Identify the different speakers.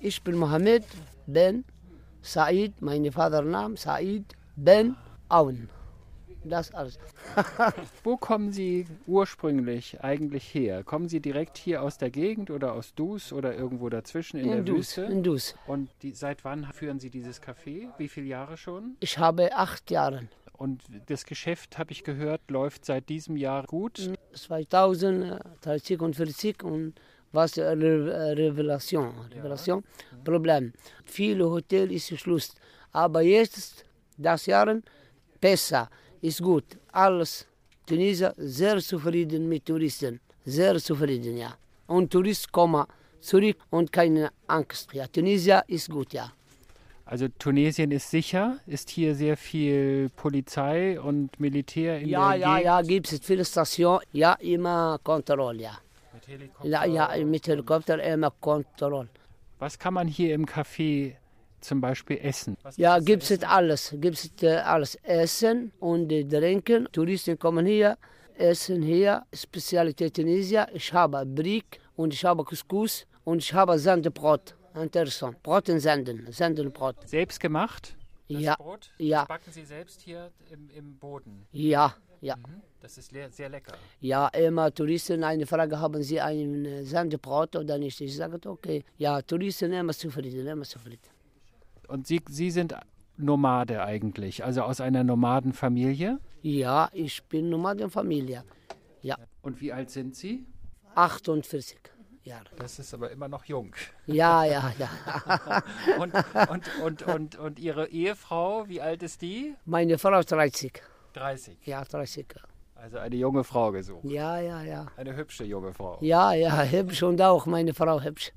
Speaker 1: Ich bin Mohammed Ben Said, mein Vatername Said Ben Aoun. Das alles.
Speaker 2: Wo kommen Sie ursprünglich eigentlich her? Kommen Sie direkt hier aus der Gegend oder aus Dus oder irgendwo dazwischen in, der
Speaker 1: Dus,
Speaker 2: Wüste?
Speaker 1: in Dus.
Speaker 2: Und die, seit wann führen Sie dieses Café? Wie viele Jahre schon?
Speaker 1: Ich habe acht Jahre.
Speaker 2: Und das Geschäft, habe ich gehört, läuft seit diesem Jahr gut.
Speaker 1: Mhm. 2000, 30 äh, und 40 und was äh, Re- äh, Revelation, Revelation, Problem. Viele Hotels ist Schluss, aber jetzt das Jahr besser, ist gut. Alles Tunesier sehr zufrieden mit Touristen, sehr zufrieden, ja. Und Touristen kommen zurück und keine Angst. Ja, Tunesier ist gut, ja.
Speaker 2: Also Tunesien ist sicher, ist hier sehr viel Polizei und Militär in
Speaker 1: Ja,
Speaker 2: der
Speaker 1: ja,
Speaker 2: Gegend.
Speaker 1: ja, gibt es viele Stationen, ja, immer Kontrolle, ja.
Speaker 2: Mit Helikopter.
Speaker 1: Ja, ja, mit Helikopter immer Kontrolle.
Speaker 2: Was kann man hier im Café zum Beispiel essen? Was
Speaker 1: Ja, gibt es alles. Gibt es äh, alles. Essen und äh, Trinken. Touristen kommen hier, essen hier. Spezialität Tunesier. Ich habe Brick und ich habe Couscous und ich habe Sendebrot. Interessant. Brot in Senden. Sendenbrot.
Speaker 2: Selbst gemacht?
Speaker 1: Ja.
Speaker 2: Brot?
Speaker 1: Ja.
Speaker 2: backen Sie selbst hier im, Boden.
Speaker 1: Ja. Ja.
Speaker 2: Das ist sehr lecker.
Speaker 1: Ja, immer Touristen eine Frage, haben sie ein äh, Sendebrot oder nicht? Ich sage, okay. Ja, Touristen immer zufrieden, immer zufrieden.
Speaker 2: Und Sie, Sie sind Nomade eigentlich, also aus einer Nomadenfamilie.
Speaker 1: Ja, ich bin Nomadenfamilie. Ja,
Speaker 2: Und wie alt sind Sie?
Speaker 1: 48 Jahre.
Speaker 2: Das ist aber immer noch jung.
Speaker 1: Ja, ja, ja.
Speaker 2: Und, und, und, und, und Ihre Ehefrau, wie alt ist die?
Speaker 1: Meine Frau ist 30.
Speaker 2: 30.
Speaker 1: Ja, 30.
Speaker 2: Also eine junge Frau gesucht.
Speaker 1: Ja, ja, ja.
Speaker 2: Eine hübsche junge Frau.
Speaker 1: Ja, ja, hübsch und auch meine Frau hübsch.